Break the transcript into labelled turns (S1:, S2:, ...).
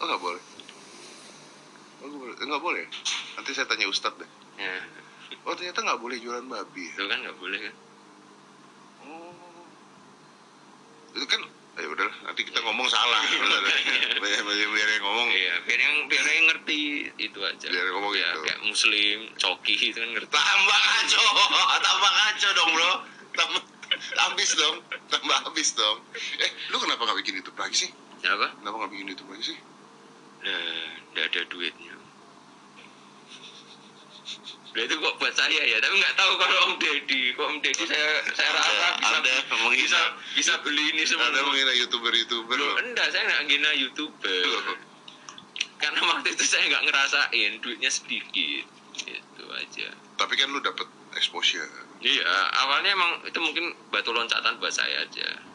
S1: Oh nggak boleh. Oh, nggak boleh. Eh, nggak boleh. Nanti saya tanya Ustadz deh.
S2: ya
S1: Oh ternyata nggak boleh jualan babi. Ya?
S2: itu kan nggak boleh kan
S1: Oh. Itu kan, ya udah nanti kita ngomong salah. Bener, bener. biar, biar, biar yang ngomong.
S2: iya biar yang biar yang ngerti itu aja
S1: Biar ngomong
S2: ya,
S1: gitu.
S2: kayak muslim coki itu kan ngerti
S1: Tambah kacau, Oh, ah, tambah kacau dong bro. Tambah habis dong, tambah habis dong. Eh, lu kenapa nggak bikin YouTube lagi sih?
S2: apa
S1: Kenapa nggak bikin YouTube lagi sih?
S2: Nah, nggak ada duitnya. Nah, itu kok buat saya ya, tapi nggak tahu kalau Om Deddy. Kok Om Deddy saya saya
S1: Ada-
S2: rasa bisa
S1: ada menghina.
S2: bisa bisa beli ini semua.
S1: Ada mengira youtuber-youtuber
S2: Loh,
S1: loh.
S2: enggak, saya nggak ngina youtuber.
S1: Loh.
S2: Karena waktu itu saya nggak ngerasain duitnya sedikit. Itu aja.
S1: Tapi kan lu dapet exposure.
S2: Iya, awalnya emang itu mungkin batu loncatan buat saya aja.